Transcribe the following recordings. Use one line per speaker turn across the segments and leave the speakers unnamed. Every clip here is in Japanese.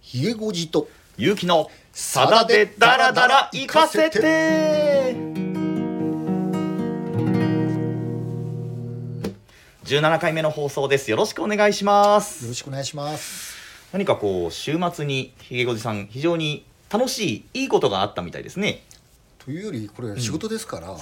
ひげごじと
勇気のさだでダラダラ行かせて17回目の放送ですよろしくお願いしま
よ
す
ろしくお願いします
何かこう週末にひげごじさん非常に楽しいいいことがあったみたいですね
というよりこれ仕事ですから、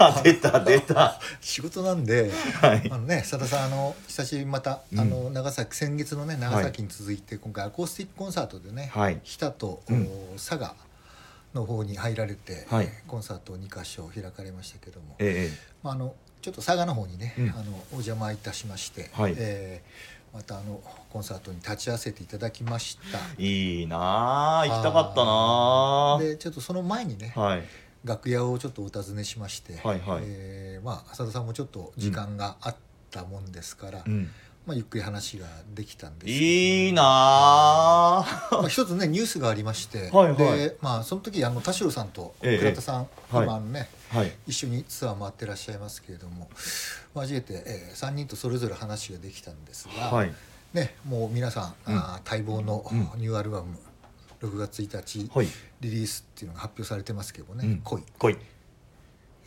あ出た出た
仕事なんで、
はい
あのね佐田さんあの久しぶりにまた、
うん
あの長崎先月のね長崎に続いて、今回アコースティックコンサートでね、
はい
日田と、
うん
お佐賀の方に入られて、
はい
コンサート2箇所開かれましたけども、
え
まあ、あのちょっと佐賀の方にね、
うん
あのお邪魔いたしまして、
はい
えーまたあのコンサートに立ち会わせていただきました。
えいいなあ行きたかったな
でちょっとその前にね、
あはい
楽屋をちょっとお尋ねしまして、
はいはい
えーまあ、浅田さんもちょっと時間があったもんですから、
うん
まあ、ゆっくり話ができたんですけど
いいなあ
まあ、一つねニュースがありまして、
はいはい
でまあ、その時あの田代さんと
ええ
倉田さん、
はい
今あのね
はい
一緒にツアー回ってらっしゃいますけれども交えて、え3人とそれぞれ話ができたんですが、
はい
ね、もう皆さん、
うん
あー待望の
うん
ニューアルバム、6月1日
はい
リリースっていうのが発表されてますけどね「
うん
恋、
来い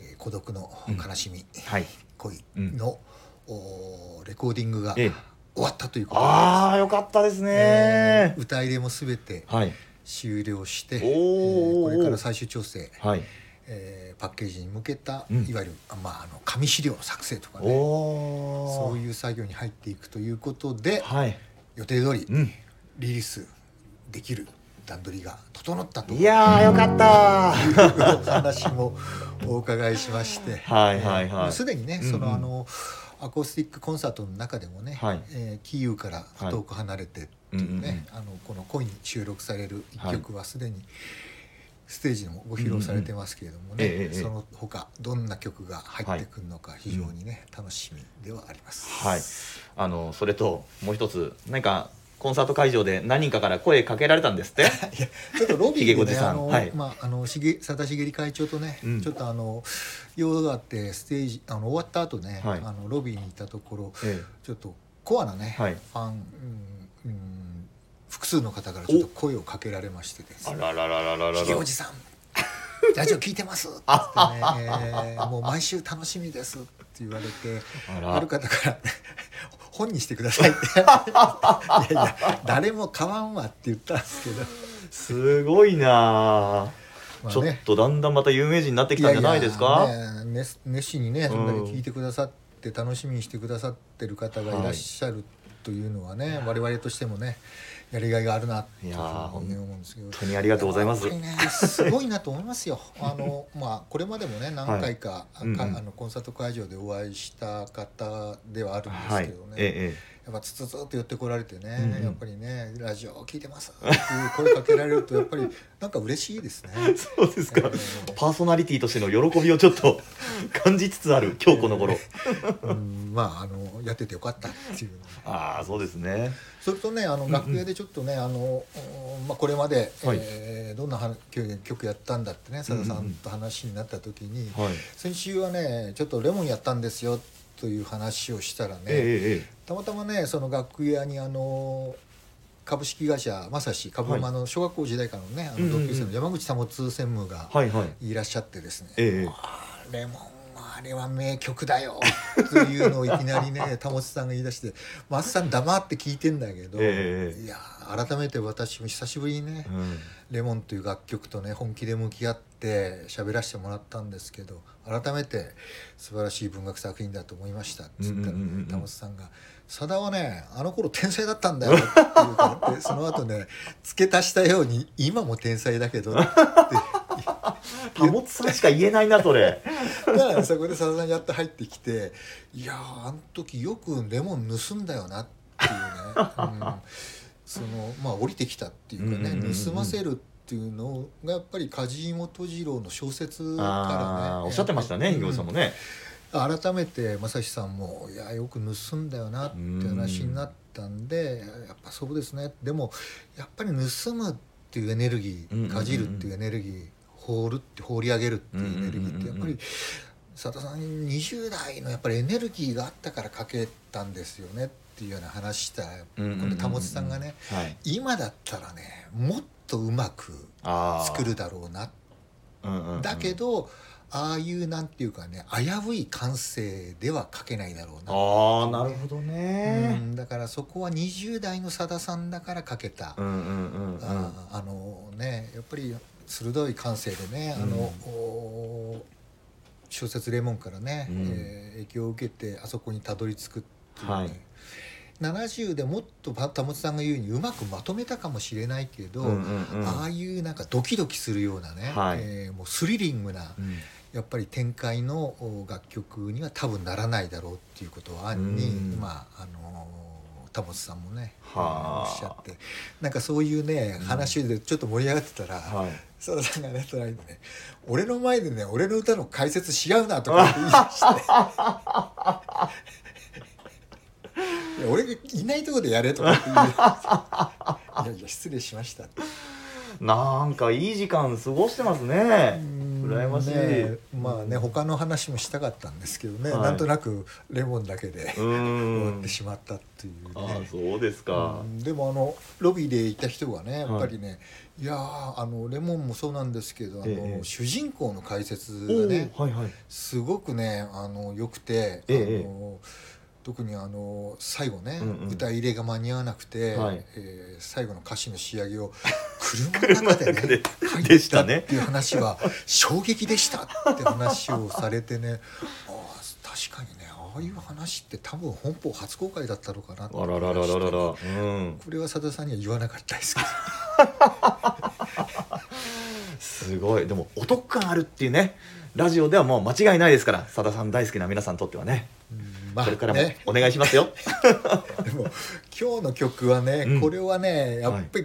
えー孤独の悲しみ」
はい
恋の、おーレコーディングが
え
終
え
わったということで、
ああよかったです
え
ね
ー歌入れもすべて
はい
終了して、こ
おー
れから最終調整、
はい
えーパッケージに向けた、
うん
いわゆる、まあ、あの紙資料の作成とか
お
ね
お
そういう作業に入っていくということで
はい
予定通り
うん
リリースできる段取りが整ったと
いやーよかったー
お話もお伺いしまして
はいはいはい
えーもうすでにね
うんうん
そのあのアコースティックコンサートの中でもね、
はい
えーキーウから遠く離れてっていう
はい
ね、あのこの恋に収録される一曲はすでにステージでもご披露されてますけれどもね、
うんうんええええ
その他どんな曲が入ってくるのか非常にね、楽しみではあります。
はいあのそれともう一つなんかコンサート会場で何人かから声かけられたん ですって
いやちょっとロビ
ひげ
ー
ご
で
じ
ね、
さん
あの、
はい
まああのしげ佐田茂会長とね、
うん
ちょっとあの用があってステージあの終わった後ね、
はい
あのロビーにいたところ、
え
ちょっとコアなね、
はい
ファン、うんうん、複数の方からちょっと声をかけられましてです
あ
ね
らららららら
「ひげおじ さんラジオ聞いてます」っつってね、えーもう毎週楽しみです」って言われて。
あ
ある
ら
方から 本にしてくださいっ ていやいや誰も買わんわって言ったんですけど、
すごいなー
ま
ちょ
あ
っ
ね、
とだんだんまた有名人になってきたんじゃないですか
ややね熱熱心にねそんなに
うん
聞いてくださって楽しみにしてくださってる方がいらっしゃるというのはね、我々としてもねやりがいがあるなというふう
いやー
に思うんですけど。
本当にありがとうございます
やっぱりねすごいなと思います よ。あのまあこれまでもね何回か,、あ
うんうん
かあのコンサート会場でお会いした方ではあるんです
は
け
い
どね。
ええ
やっぱつつつって寄ってこられてね、
うんうん
やっぱりねラジオ聞いてますっていう声かけられるとやっぱりなんか嬉しいですね。
ええそうですか
ええ
パーソナリティとしての喜びをちょっと感じつつある今日この頃
うん、まああのやっててよかったっていうの
ああそうですね
それとねあの
ん
楽屋でちょっとね、あの、うんまあ、これまで、
はい
えーどんなは曲曲やったんだってねさださ
うんうんうん
んと話になった時に、
はい
先週はねちょっとレモンやったんですよという話をしたらね、
ええええ
たまたまねその楽屋にあの株式会社まさし株馬の小学校時代からのね、あ
うんうん
の
う
同
ん
級生の山口保専務が
はいはい
いらっしゃってですね、
ええ
あレモンはあれは名曲だよというのをいきなり ね保さんが言い出して「松さん黙って聞いてんだけど、
ええ
いやー改めて私も久しぶりにね
うん
「レモン」という楽曲とね本気で向き合って喋らせてもらったんですけど改めて素晴らしい文学作品だと思いましたっつったら
うんうんうんう
ね
ん
保さんが「さだはねあの頃天才だったんだよ」って言うからでその後ね付け足したように「今も天才だけど」って
保つさんしか言えないなそれ
だからそこでさださんやっと入ってきて「いやーあの時よくレモン盗んだよな」っていうね、うん、そのまあ降りてきたっていうかね、
うんうんうんうん
盗ませるっていうのがやっぱり梶井本次郎の小説から
ああ
ね
おっしゃってましたねひげおじさんもね
改めて正志さんも「いやよく盗んだよな」って話になったんでやっぱそうですねでもやっぱり盗むっていうエネルギ
うんうんう
ー
ん
かじるっていうエネルギー放るって放り上げるっていうエネルギーって
う
やっ
んうんうんうん
ぱり佐田さん20代のやっぱりエネルギーがあったから書けたんですよねっっていうような話した
うんうんうんうん
今度保さんがね
はい、
今だったらねもっとうまく
あー
作るだろうな
うんうんうん
だけどああいうなんていうかね危うい感性では書けないだろうな、
ああなるほど
う
ね、
ん、だからそこは20代のさださんだから書けた、
うん、うんうんうん
ああのねやっぱり鋭い感性でね、あのお小説「レモン」からね、
うん
えー影響を受けてあそこにたどり着くっていうね、
はい
70でもっとば保さんが言うようにうまくまとめたかもしれないけど、
うんうんうん
ああいうなんかドキドキするようなね、
はい
えーもうスリリングな
うん
やっぱり展開のお楽曲には多分ならないだろうっていうことは案に、
うん
まああのー田本さんもねお
はあ
っしゃってなんかそういうね
うん
話でちょっと盛り上がってたら、
はい
さださんがね隣でね「俺の前でね俺の歌の解説し合うな」とか言い出 して。いや俺がいないところでやれとかって言ういやいや失礼しましたって
なんかいい時間過ごしてますね
羨
羨ましい
まあね他の話もしたかったんですけどね、
はい
なんとなくレモンだけで
う
終わ
ん
ってしまったっていう
ああ
ね
そうですか
うんでもあのロビーでいた人がねや
はい
っぱりね、い、やーあのレモンもそうなんですけどあの、
ええ
主人公の解説
お
がね
おはいはい
すごくねあの良くて、
ええ
あの特にあの最後ね、
うんうん
歌入れが間に合わなくて、
はい
えー最後の歌詞の仕上げ を車の中でね
車の中で
書い
で
て
し
き
た
たっ
ね
ていう話は衝撃でしたって話をされてねああ確かにねああいう話って多分本邦初公開だったのかなって
あららららららうん
これはさださんには言わなかったですけど
すごいでもお得感あるっていうねラジオではもう間違いないですからさださん大好きな皆さんにとってはね
うんま
これからも
ね
お願いします よ
でも今日の曲はね、
うん
これはねやっぱり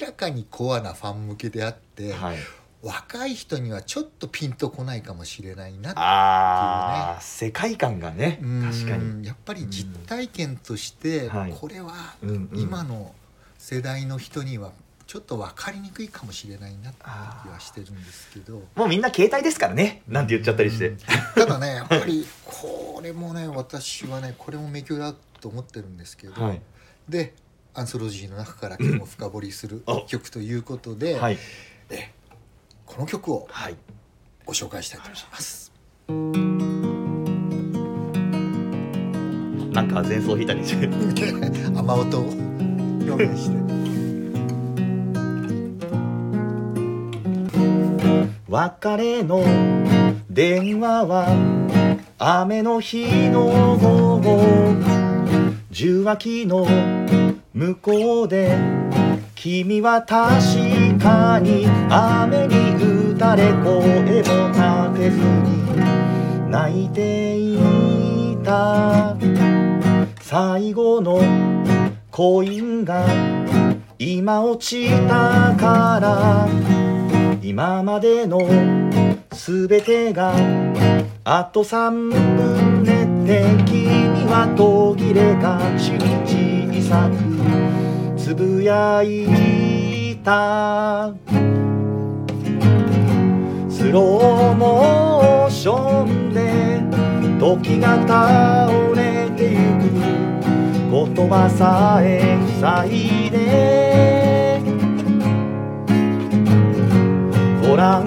明らかにコアなファン向けであって、
はい
若い人にはちょっとピンとこないかもしれないな
ああ世界観がね
うん
確かに
やっぱり実体験として、
うんはい
これは
うんうん
今の世代の人にはちょっと分かりにくいかもしれないなって気はしてるんですけど。
もうみんな携帯ですからねなんて言っちゃったりし
う
て
んただねやっぱりこれもね私はねこれも名曲だと思ってるんですけど、
はい
でアンソロジーの中から今日も深掘りする
あ
曲ということで、
はい
えこの曲を
はい
ご紹介したいと思います。
なんか前奏弾いたりして
雨音を表現して
別れの電話は雨の日の午後受話器の向こうで君は確かに雨に打たれ声も立てずに泣いていた最後のコインが今落ちたから今までのすべてがあと3分寝て君は途切れがちに小さくつぶやいたスローモーションで時が倒れてゆく言葉さえ塞いでご覧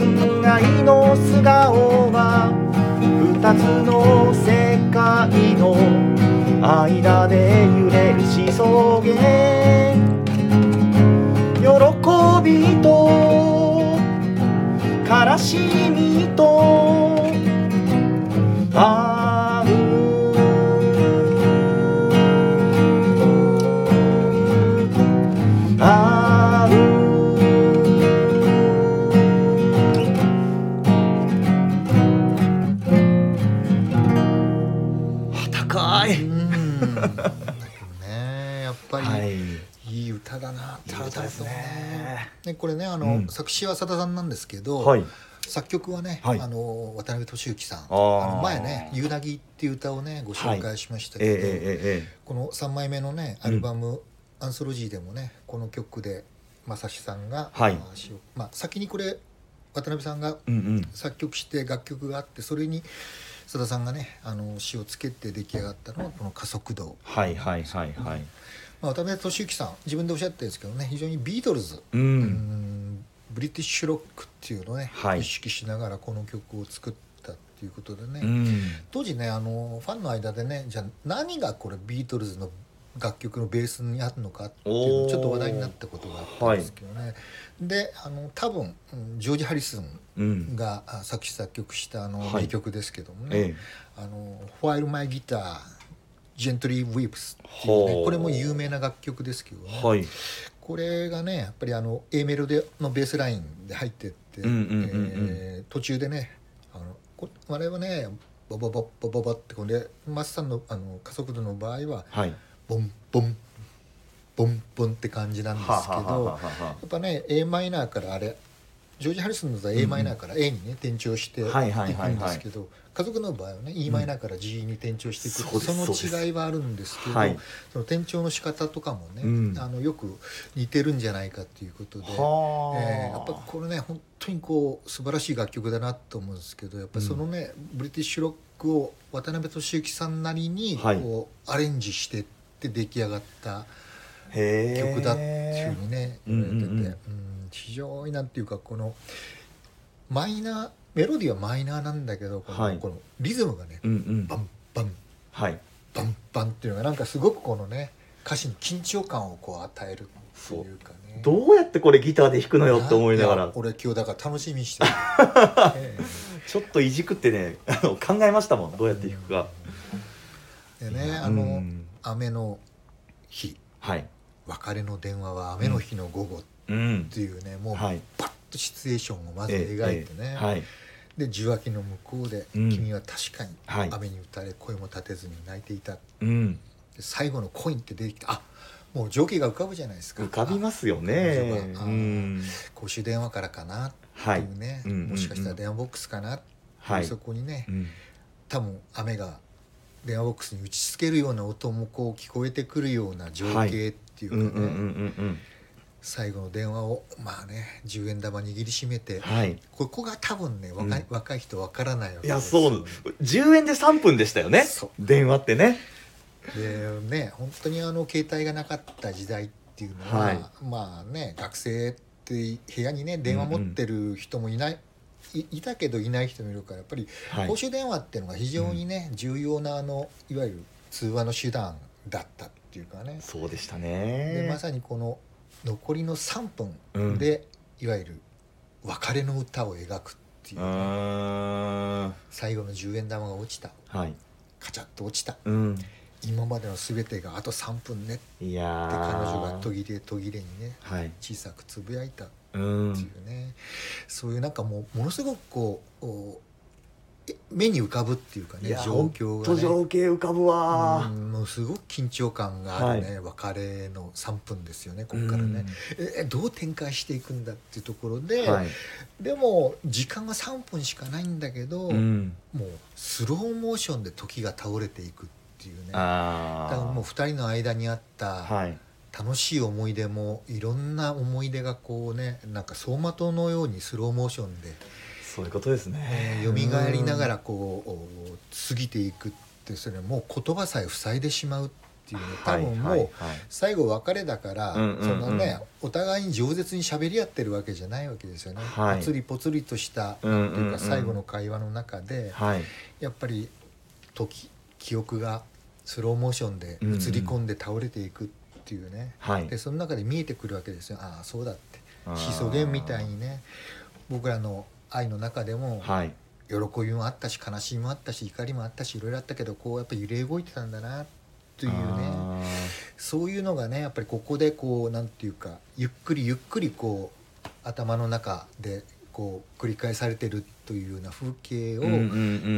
愛の素顔は二つの世界の間で揺れるしそげ喜びと悲しみとあうあう高い。
うんだけどねやっぱり、
はい。
いい歌だなって
いい歌ですね
ねこれねあの、
うん
作詞はさださんなんですけど、
はい。
作曲はね、
はい
あの渡辺俊之さんあ
ー
の前ね「夕凪っていう歌をねご紹介しました
ええ
けど、
え
この3枚目のねアルバム、アンソロジー」でもねこの曲で正志さんが、
はい
あ詞をまあ、先にこれ渡辺さんが
えええ。うんうん。
作曲して楽曲があってそれに須田さんがねあの詞をつけて出来上がったのはこの「加速度
はいはいはいはい」
まあ、渡辺俊之さん自分でおっしゃったんですけどね非常にビートルズ、
う
うんんブリティッシュロックっていうのをね、
はい
意識しながらこの曲を作ったっていうことでね、
うん
当時ねあのファンの間でねじゃあ何がこれビートルズの楽曲のベースにあるのかっていうの
おー
ちょっと話題になったことがあったんですけどね、であの多分うんジョージ・ハリスン
うん
があ作詞作曲したあの
はい
名曲ですけどもね「
ええ
あの While My Guitar Gently Weeps」っていう
ほ
ね
う
これも有名な楽曲ですけどね、
はい
これがねやっぱりあの A メロでのベースラインで入ってって、
うんうんうんうん
えー途中でねあのこあれはねボボボボボボってこれでマスさんのあの加速度の場合は
はい
ボンボンボンボンって感じなんですけど
は
やっぱね a マイナーからあれジョージ・ハリスンの場合は a マイナーから A にね転調していく
はいはいはいはい
んですけど家族の場合はね E マイナーから G に転調していく
そうです
そ
そうです
の違いはあるんですけど
はい
その転調の仕方とかもね
うん
あのよく似てるんじゃないかっていうことで。
はあ
えーやっぱこれね本当にこう素晴らしい楽曲だなと思うんですけどやっぱりそのね、ブリティッシュロックを渡辺俊之さんなりに
はい
こう、アレンジしてって出来上がった
へー
曲だっていうふうにね
うん
言
うん
われてて、
うん
うん非常になんていうかこのマイナーメロディーはマイナーなんだけどこの,、
はい
このリズムがね
うんうん
バンバン
はい
バンバンっていうのがなんかすごくこのね歌詞に緊張感をこう与えるっていうかね。
どうやってこれギターで弾くのよって思いなが
や
ら
俺今日だから楽しみに してる、え
ちょっといじくってね あの考えましたもんどうやって弾くか
えでねあの、
うん
雨の日
はい
別れの電話は雨の日の午後っ
うん
ていうね、もう
はい
パッとシチュエーションをまず
ええ
描いて
え
ね、
えはい
で受話器の向こうで「
うん
君は確かに
はい
雨に打たれ声も立てずに泣いていた」
うん
で最後のコインって出てきてあもう情景が浮かぶじゃないですか
浮かび
あ
ますよ
あ
ね
ー
うん
公衆電話からかなって
はい
いうね、
うんうんうん
もしかしたら電話ボックスかなっていう、
はい
そこにね、
うん
多分雨が電話ボックスに打ちつけるような音もこう聞こえてくるような情景っていう
う
か
んう
ね、
んうんうん
最後の電話をまあね10円玉握りしめ
う
て
んはい
ここが多分ね若い,、
うん
若い人わからないわ
い
け
や
ですよ
そう10円で3分でしたよね
そう
電話ってね
でね本当にあの携帯がなかった時代っていうのは、
はい
まあね学生って部屋にね電話持ってる人もいない、いいたけどいない人もいるからやっぱり
はい
公衆電話っていうのが非常にね、重要なあのいわゆる通話の手段だったっていうかね、
そうでした
で
ね
まさにこの残りの3
うん
分で、いわゆる別れの歌を描くっていうう、
ーん
最後の10円玉が落ちた
はい
カチャッと落ちた
うん
今までの全てがあと3分ねって
いや
彼女が途
が
切れ途切れにね
はい
小さくつぶやいたっ
う
てい
ん
うね、そういうなんかもうものすごくこうおえ目に浮かぶっていうかね
いや
状況
ほんと
がね
情景浮かぶわ
うんもうすごく緊張感があるね、別れの3分ですよねここからね、えどう展開していくんだっていうところ
うん
で、
はい
でも時間が3分しかないんだけど、
うん
もうスローモーションで時が倒れていくっていうねだ
あ
からもう2人の間にあった
はい
楽しい思い出もいろんな思い出がこうねなんか走馬灯のようにスローモーションで、
そういうことですね
えー蘇りながらこうお過ぎていくってそれはもう言葉さえ塞いでしまうっていうね多分もう、
はいはいはい
最後別れだから、
うんうんうん
そのねお互いに饒舌に喋り合ってるわけじゃないわけですよね、
はい
ぽつりぽつりとした、
うんうんうん
なんていうか最後の会話の中で、
はい
やっぱり時記憶がスローモーションで映り込んで倒れていくっていうね、
はい
でその中で見えてくるわけですよああそうだって
あー
シソゲンみたいにね僕らの愛の中でも
はい
喜びもあったし悲しみもあったし怒りもあったしいろいろあったけどこうやっぱ揺れ動いてたんだなというね
あ
そういうのがねやっぱりここでこうなんていうかゆっくりゆっくりこう頭の中でこう繰り返されてるというような風景を
ーうんうん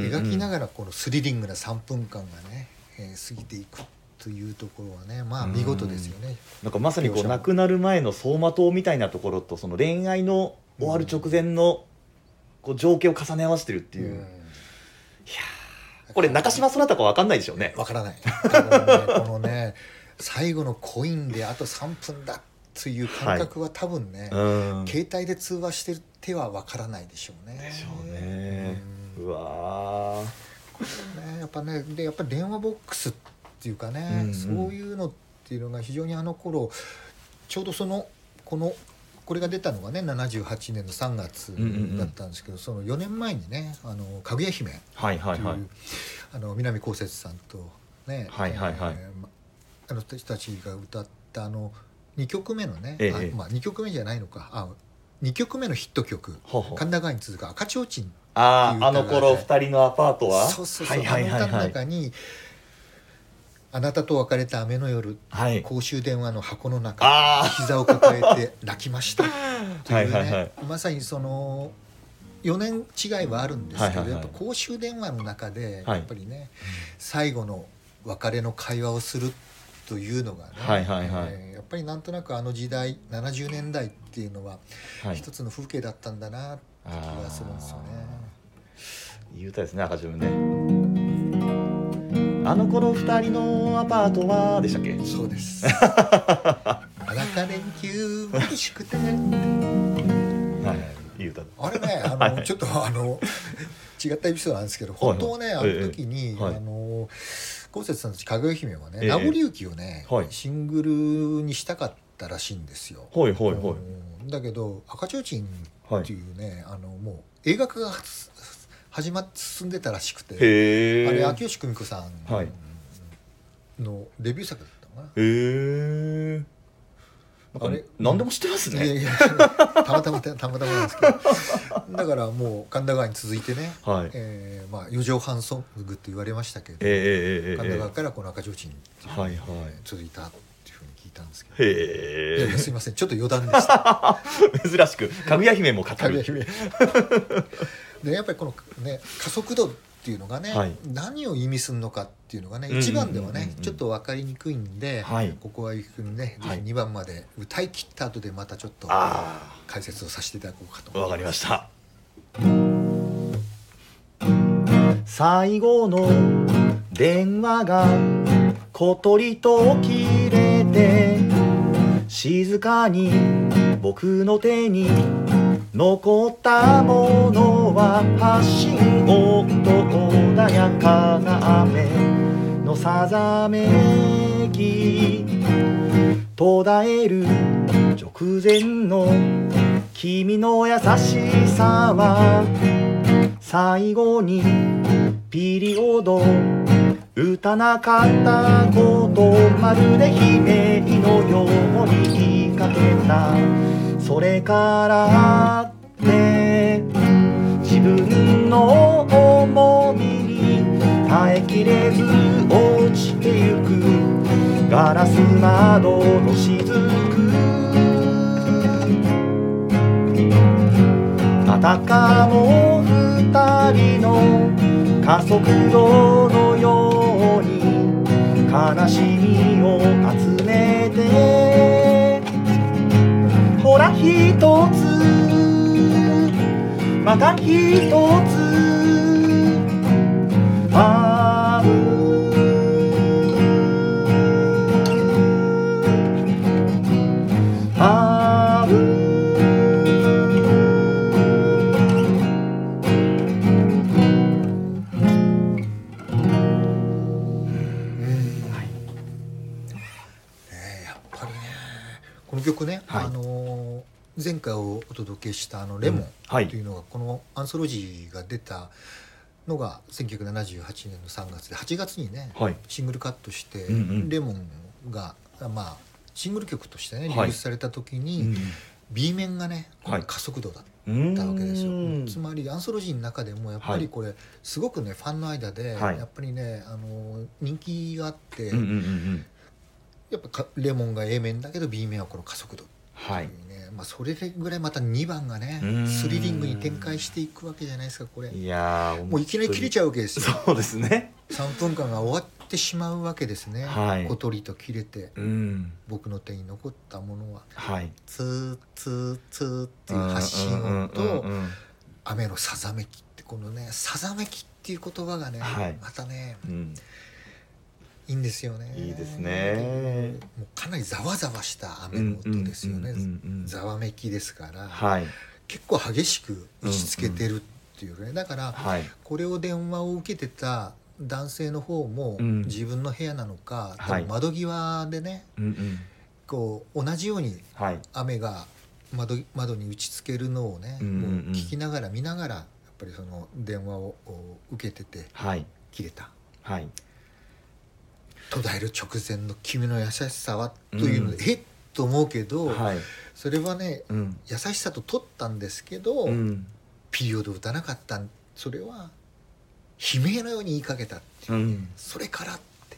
うん
描きな
ら
がらこのスリリングな3分間がね、えー過ぎていくというところはねまあ見事ですよね。
なんかまさにこ
描
う
写
亡くなる前の走馬灯みたいなところとその恋愛の終わる直前のこう情景を重ね合わせてるっていう、これ中島そなたかわかんないでしょうね
わからない。多分ねこのね最後のコインであと3分だという感覚は多分ね、
うん
携帯で通話してる手はわからないでしょうね。
でしょうね
うん
うわー
ねやっぱねでやっぱり電話ボックスっていうかね、
うんうん
そういうのっていうのが非常にあの頃ちょうどそのこのこれが出たのがね78年の3月だったんですけど、その4年前にね「あのかぐや姫」
はいは
って
い
いう、
はい
あの南こうせつさんとね、
はいはいはい
えーまあの人たちが歌ったあの2曲目のね、
ええ
あまあ、2曲目じゃないのかあ2曲目のヒット曲
ほうほう
「神田川に続く赤ちょうちん」
あ
っていう
ああの頃
歌
二人のアパートは
そうそうそう、
はいはいはい
あの歌
は
の
い
中に「あなたと別れた雨の夜
はい
公衆電話の箱の中
あ
膝を抱えて泣きました」と
は
いう
い
ね、
はいはい
まさにその4年違いはあるんですけど、
はいはいはい
やっぱ公衆電話の中で
はい
やっぱりね、最後の別れの会話をするというのがね、
はいはいはい
えーやっぱりなんとなくあの時代70年代っていうのは
あはい
一つの風景だったんだなって気がするんですよね。
いい歌ですね赤字分ねあの頃二人のアパートはでしたっけ
そ うです。裸連休嬉しくて。
はいはいいい歌だ
あ れね、あの、ちょっとあの違ったエピソードなんですけど、本当はね、
はいはい
あの時に、
ええはい
あの高節さんたちかぐや姫はね、
ええ
名残雪をね、
はい
シングルにしたかったらしいんですよ。
ほいほいほい
うんだけど赤ちょうちんっていうね、あのもう映画化が始まっ進んでたらしくて、
へえ
あれ秋吉久美子さん
はい
のデビュー作だったのかな。
へえ
あ
なん
れ
か何でも知ってます
いや
ね
いやたまたまたまたまなんですけどだからもう神田川に続いてね、
はいえ
えーまあ、四畳半ソングって言われましたけど、
えええ
神
え
田
え
川からこの赤ちょうちんに
はいはい
続いたっていうふうに聞いたんですけど、いやい
へ
やすいませんちょっと余談で した
え 珍しくかぐや姫も語
神谷
る
姫でやっぱりこのね加速度っていうのがね、
はい
何を意味するのかっていうのがね
うんうんうんうん
一番ではねちょっと分かりにくいんで、
はい
ここはゆきくんね
は
ぜ
い
ひ2番まで歌い切った後でまたちょっと
あ
解説をさせていただこうかと
あわかりました
最後の電話が小鳥と切れて静かに僕の手に残ったものは発信音と穏やかな雨のさざめき途絶える直前の君の優しさは最後にピリオド打たなかったことまるで悲鳴のように言いかけたそれからって自分の重みに耐えきれず落ちてゆくガラス窓の雫あたかも二人の加速度のように悲しみを集めてほら一つまた一つあるある
ねやっぱりねこの曲ね、
はい
あのー前回お届けした「あのレモン
うんはい」
というのがこのアンソロジーが出たのが1978年の3月で8月にね
はい
シングルカットして「
うんうん
レモンが」まあシングル曲としてねリリ
はい
ースされた時に B 面がね
はい
加速度だっ
うん
たわけですよ、
うん
つまりアンソロジーの中でもやっぱ
は
り
い
これすごくねファンの間で
はい
やっぱりねあのー人気があって、
うんうんうんうん
やっぱかレモンが A 面だけど B 面はこの加速度って
はいいう
ね、まあ、それぐらいまた2番がね
うーん
スリリングに展開していくわけじゃないですかこれ
いやー
もういきなり切れちゃうわけですよ
そうですね
3分間が終わってしまうわけですね、
はい
小鳥と切れて
うん
僕の手に残ったものは
はいっ
ツーツーツーっていう発信音と雨のさざめきってこのねさざめきっていう言葉がね、
はい
またね
うん
いいんですよね
いいですね
もうかなりざわざわした雨の音ですよね
うんうんうんうん
ざわめきですから、
はい
結構激しく打ちつけてるっっていうねだから
はい
これを電話を受けてた男性の方も
うん
自分の部屋なのか、多
はい
分窓際でね
うんうん
こう同じように
はい
雨が窓窓に打ちつけるのをね、
うんうんうん
もう聞きながら見ながらやっぱりその電話をこう受けてて
はい
切れた
はい
途絶える直前の君の優しさはというので、えっと思うけど、
はい
それはね
うん
優しさと取ったんですけど、
うん
ピリオドを打たなかったそれは悲鳴のように言いかけたっていう
うん
それからって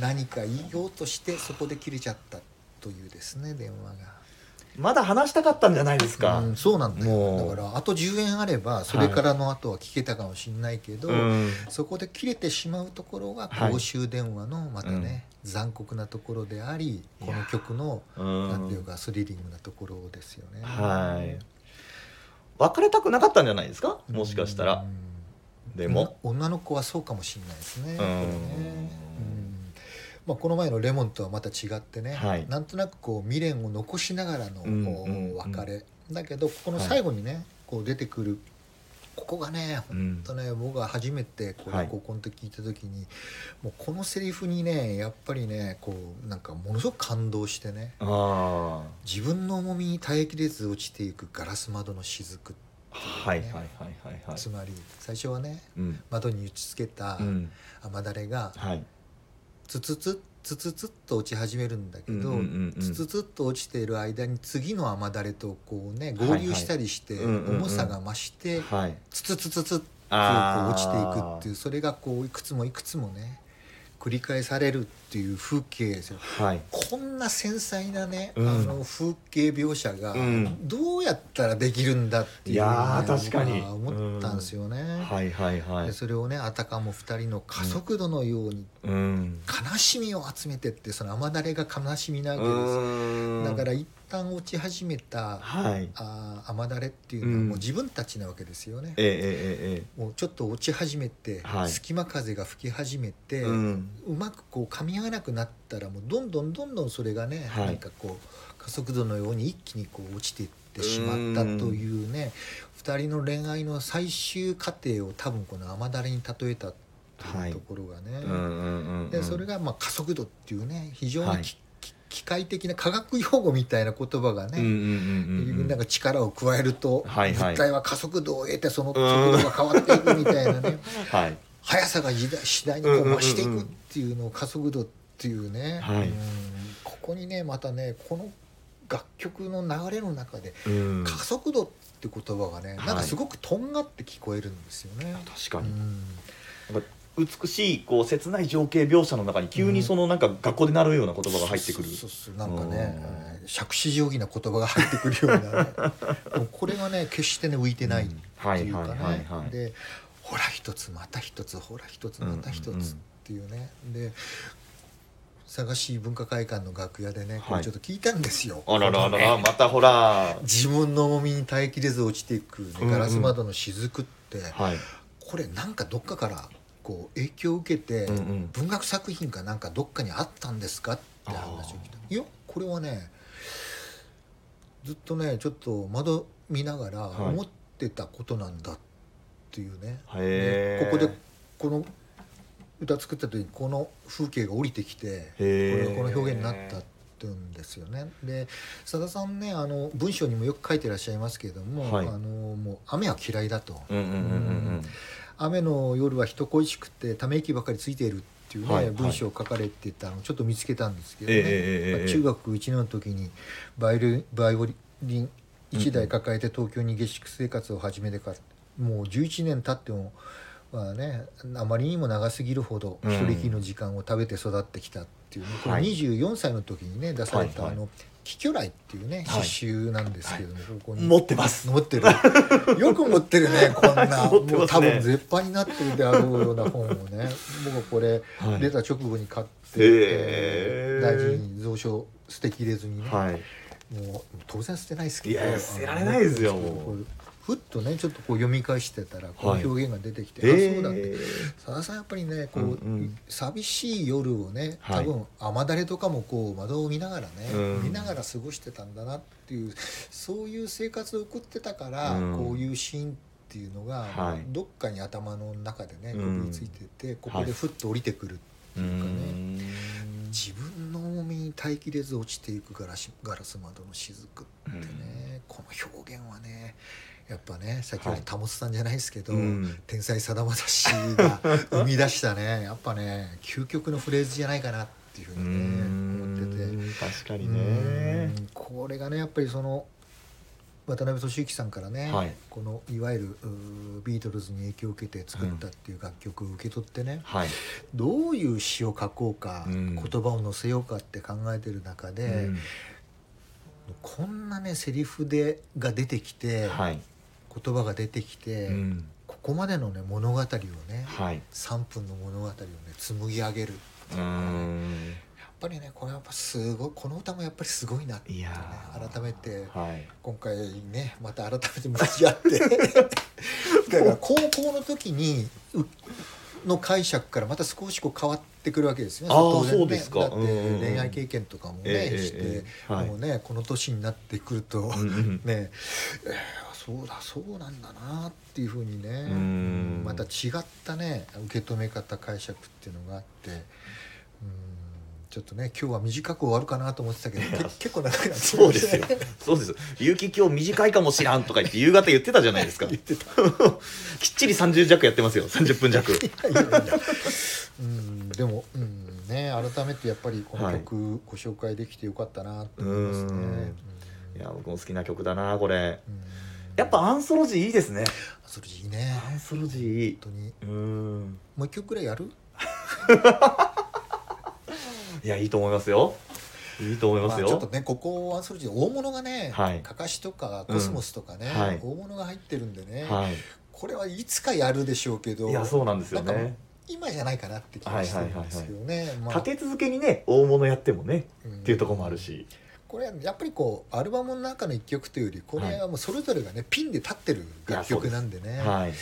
何か言おうとしてそこで切れちゃったというですね電話が。
まだ話したかったんじゃないですか
うん、そうなんだ
も
よ
う
だからあと10円あればそれからの後は聞けたかもしれないけど、
うん
そこで切れてしまうところが
はい
公衆電話のまたね、残酷なところでありこの曲の
うん
なんていうかスリリングなところですよね。
はい別れたくなかったんじゃないですか
うん
もしかしたら
うん
でも
女の子はそうかもしれないですね。
ん
これねうんまあ、この前の「レモン」とはまた違ってね、
はい
なんとなくこう未練を残しながらの
うん
こう
うん
別れ、だけどここの最後にね、こう出てくるここがね
う
本
ん
当ね僕が初めてこ
は
れ
い
高校の時聞いた時に、もうこのセリフにねやっぱりねこうなんかものすごく感動してね
あ
自分の重みに耐えきれず落ちていくガラス窓の雫、
あはいはいはいはいはい
つまり最初はね
うん
窓に打ちつけた
うん
雨だれが
はい
ツツツツツツッと落ち始めるんだけ
うん
ど
うんうんうん
ツツツッと落ちている間に次の雨だれとこうね合流したりして
はいはいうんうんうん
重さが増して
はい
ツツツツツッとこう
あー
落ちていくっていうそれがこういくつもいくつもね繰り返されるっていう風景ですよ
はい
こんな繊細なね、
うん
あの風景描写が
うん
どうやったらできるんだっていう、ね
いやー確かに
僕は思ったんですよね。
はいはいは
で
い
それをねあたかも2人の加速度のように
うん
悲しみを集めてってその雨だれが悲しみなわ
う
けです
ーん
だから一旦落ち始めた
はい
あー雨だれっていうのは
うん
もう自分たちなわけですよね、
えええええ
もうちょっと落ち始めて、
はい
隙間風が吹き始めて、
え
う
うん
まくこう噛み合わなくなったらもうどんどんどんどんそれがね、
はい
なんかこう加速度のように一気にこう落ちていってしまったというね2人の恋愛の最終過程を多分この雨だれに例えたと
は
いう
い
ところがね、
うんうんうんうん
でそれがまあ加速度っていうね非常にき、
はい
き機械的な科学用語みたいな言葉が
うんうん
ね、
うんうん
なんか力を加えると、
はいはい
物体は加速度を得てその速度が変わっていくみたいなね
はい
速さが次第次第にこ
うんうん
う
うんうん
増していくっていうのを加速度っていうね、
はい
うんここにねまたねこの楽曲の流れの中で
うん
加
確
速度って言葉がね、
はい
なんかすごくとんがって聞こえるんですよね。
かに
うん
なんか美しいこう切ない情景描写の中に急にそのなんか学校で習うような言葉が入ってくる
そうそうそうなんかね
う
えー杓子定規な言葉が入ってくるような、ね、でもこれがね決してね浮いてないっていうかね、
うんはいはいはいはい
でほら一つまた一つほら一つまた一
うんうんうん
つっていうね、で佐賀市文化会館の楽屋でねこ
は
れ
い
ちょっと聞いたんですよ。
あららららまたほら
自分の重みに耐えきれず落ちていくね、
うんうん
ガラス窓の雫って、
はい
これなんかどっかからこう影響を受けて、
うんうん
文学作品かなんかどっかにあったんですかって話を聞いたいやこれはねずっとねちょっと窓見ながら
はい
思ってたことなんだっていうね、
へ
で
ー
ここでこの歌作った時にこの風景が降りてきてこ
へー
れこの表現になったってんですよねでさださんねあの文章にもよく書いてらっしゃいますけれども、
はい
あのもう雨は嫌いだと。
うんうんうんうん
雨の夜は人恋しくてため息ばかりついているっていうね、
はいはい
文章を書かれてたのをちょっと見つけたんですけど
え
ね、
えええええ
中学1年の時にバイオリンバイオリン1台抱えて東京に下宿生活を始めてから、もう11年経っても、まあね、あまりにも長すぎるほど
うん
一人きりの時間を食べて育ってきたっていうね、これ
はい
24歳の時にね出された、
はいはい
あの「キキョライ」っていうね
はい
詩集なんですけども、ここ
う
に
ん持ってます
持ってる よく持ってる ねこんな、
持ってますね
もう多分絶版になってるであろうような本を ね僕はこれ、
はい
出た直後に買って、
へー
大事に蔵書捨てきれずにね、
はい
もう当然捨てないですけど
いや
あの
捨てられないですよもう
こうふっとねちょっとこう読み返してたらこ
はい
の表現が出てきて、あそうだって
え
さださんやっぱりねこう、
うんうん
寂しい夜をね
は
多
い
分雨だれとかもこう窓を見ながらね、
うん
見ながら過ごしてたんだなっていうそういう生活を送ってたから、
うん
こういうシーンってっていうのが、
はい
どっかに頭の中でねこ
うん
びりついてて、ここでふっと降りてくる、
うーん
自分の重みに耐えきれず落ちていくガラシガラス窓の雫ってね、この表現はねやっぱね先ほ
はい
ど保さんじゃないですけど、
うん
天才さだまさしが生み出したね やっぱね究極のフレーズじゃないかなっていうふう
うー
にね思ってて。
ん確かにね
うんこれがねやっぱりその渡辺俊之さんからね、
はい
このいわゆるうービートルズに影響を受けて作ったっていう楽曲を受け取ってね、
はい
どういう詩を書こうか、
うん
言葉を載せようかって考えてる中で、
うん
こんなねセリフでが出てきて、
はい
言葉が出てきて、
うん
ここまでのね物語をね
はい
3分の物語をね紡ぎ上げる
うーん
やっぱりねこれはやっぱすごいこの歌もやっぱりすごいなって、
い
ね
や、ー
改めて
はい
今回ねまた改めて向き合って だから高校の時にうの解釈からまた少しこう変わってくるわけですよね
あー
当然ね
そうですか
だって
うん
恋愛経験とかもね、
ええ
して、
ええはい
もうねこの年になってくると、
うんうん
ねえーそうだそうなんだなっていうふうにね
ん
また違ったね受け止め方解釈っていうのがあってうんちょっとね今日は短く終わるかなと思ってたけどけ結構長くなってきましたね
そうですよ。 そうですよ。ゆうき 今日短いかもしらんとか言って夕方言ってたじゃないですか。
言ってた
きっちり30弱やってますよ。30分弱。
いやいやいやうんでも、うんね、改めてやっぱりこの曲ご紹介できてよかったなと思いますね。う
う
んん
いや、僕も好きな曲だな、これ。
うん
やっぱアンソロジーいいですね。
それいいね
アンソロジーいい
本。当に
うん。
もう一曲ぐらいやる
いや、いいと思いますよ。いいと思います
あ、ちょ
よ
っと。ねここはそれじゃ大物がね、
はい
かかしとかコスモスとかね、
うんはい
大物が入ってるんでね、
はい。
これはいつかやるでしょうけど
いや、そうなんですよ
なんか
ね。
今じゃないかなって気がしてるんですよね。まあ
立て続けにね、大物やってもね、
うん
っていうところもあるし。
これはやっぱりこうアルバムの中の一曲というよりこれはもうそれぞれがねピンで立ってる楽曲なんでね
はい。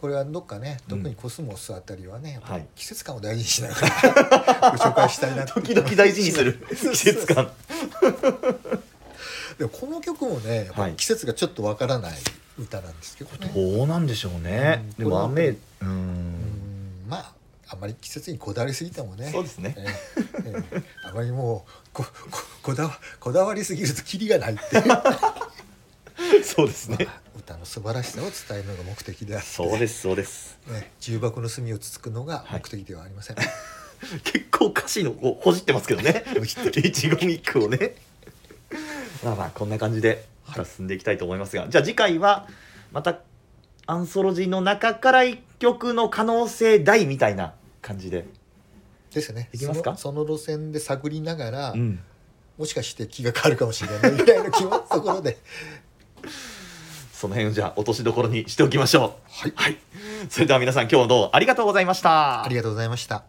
これはどっかね
うん
特にコスモスあたりはねやっぱ
は
り
い
季節感を大事にしながら ご紹介したいなと
時々大事に する季節感。
でもこの曲もねやっぱり季節がちょっとわからない歌なんですけどね
どうなんでしょうね
うん
でも
これは
雨、うん。
うんまああんまり季節にこだわりすぎてもね
そうですね。
ええええあまりもうこここだわこだわりすぎるとキリがないっていう まあ
そうですね。
歌の素晴らしさを伝えるのが目的であって
そうです、そうです。
ね、重箱の隅をつつくのが目的ではありません、
結構歌詞のこうほじってますけどね。 一言一句をね。まあまあ、こんな感じで、また進んでいきたいと思いますが、じゃあ次回は、また、アンソロジーの中から一曲の可能性大みたいな感じで。
ですね
いきますか
そのその路線で探りながら、
うん。
もしかして気が変わるかもしれないぐらいの気もところで
その辺をじゃあ、落としどころにしておきましょう。
はい
はい。それでは皆さん、今日もどうもありがとうございました。
ありがとうございました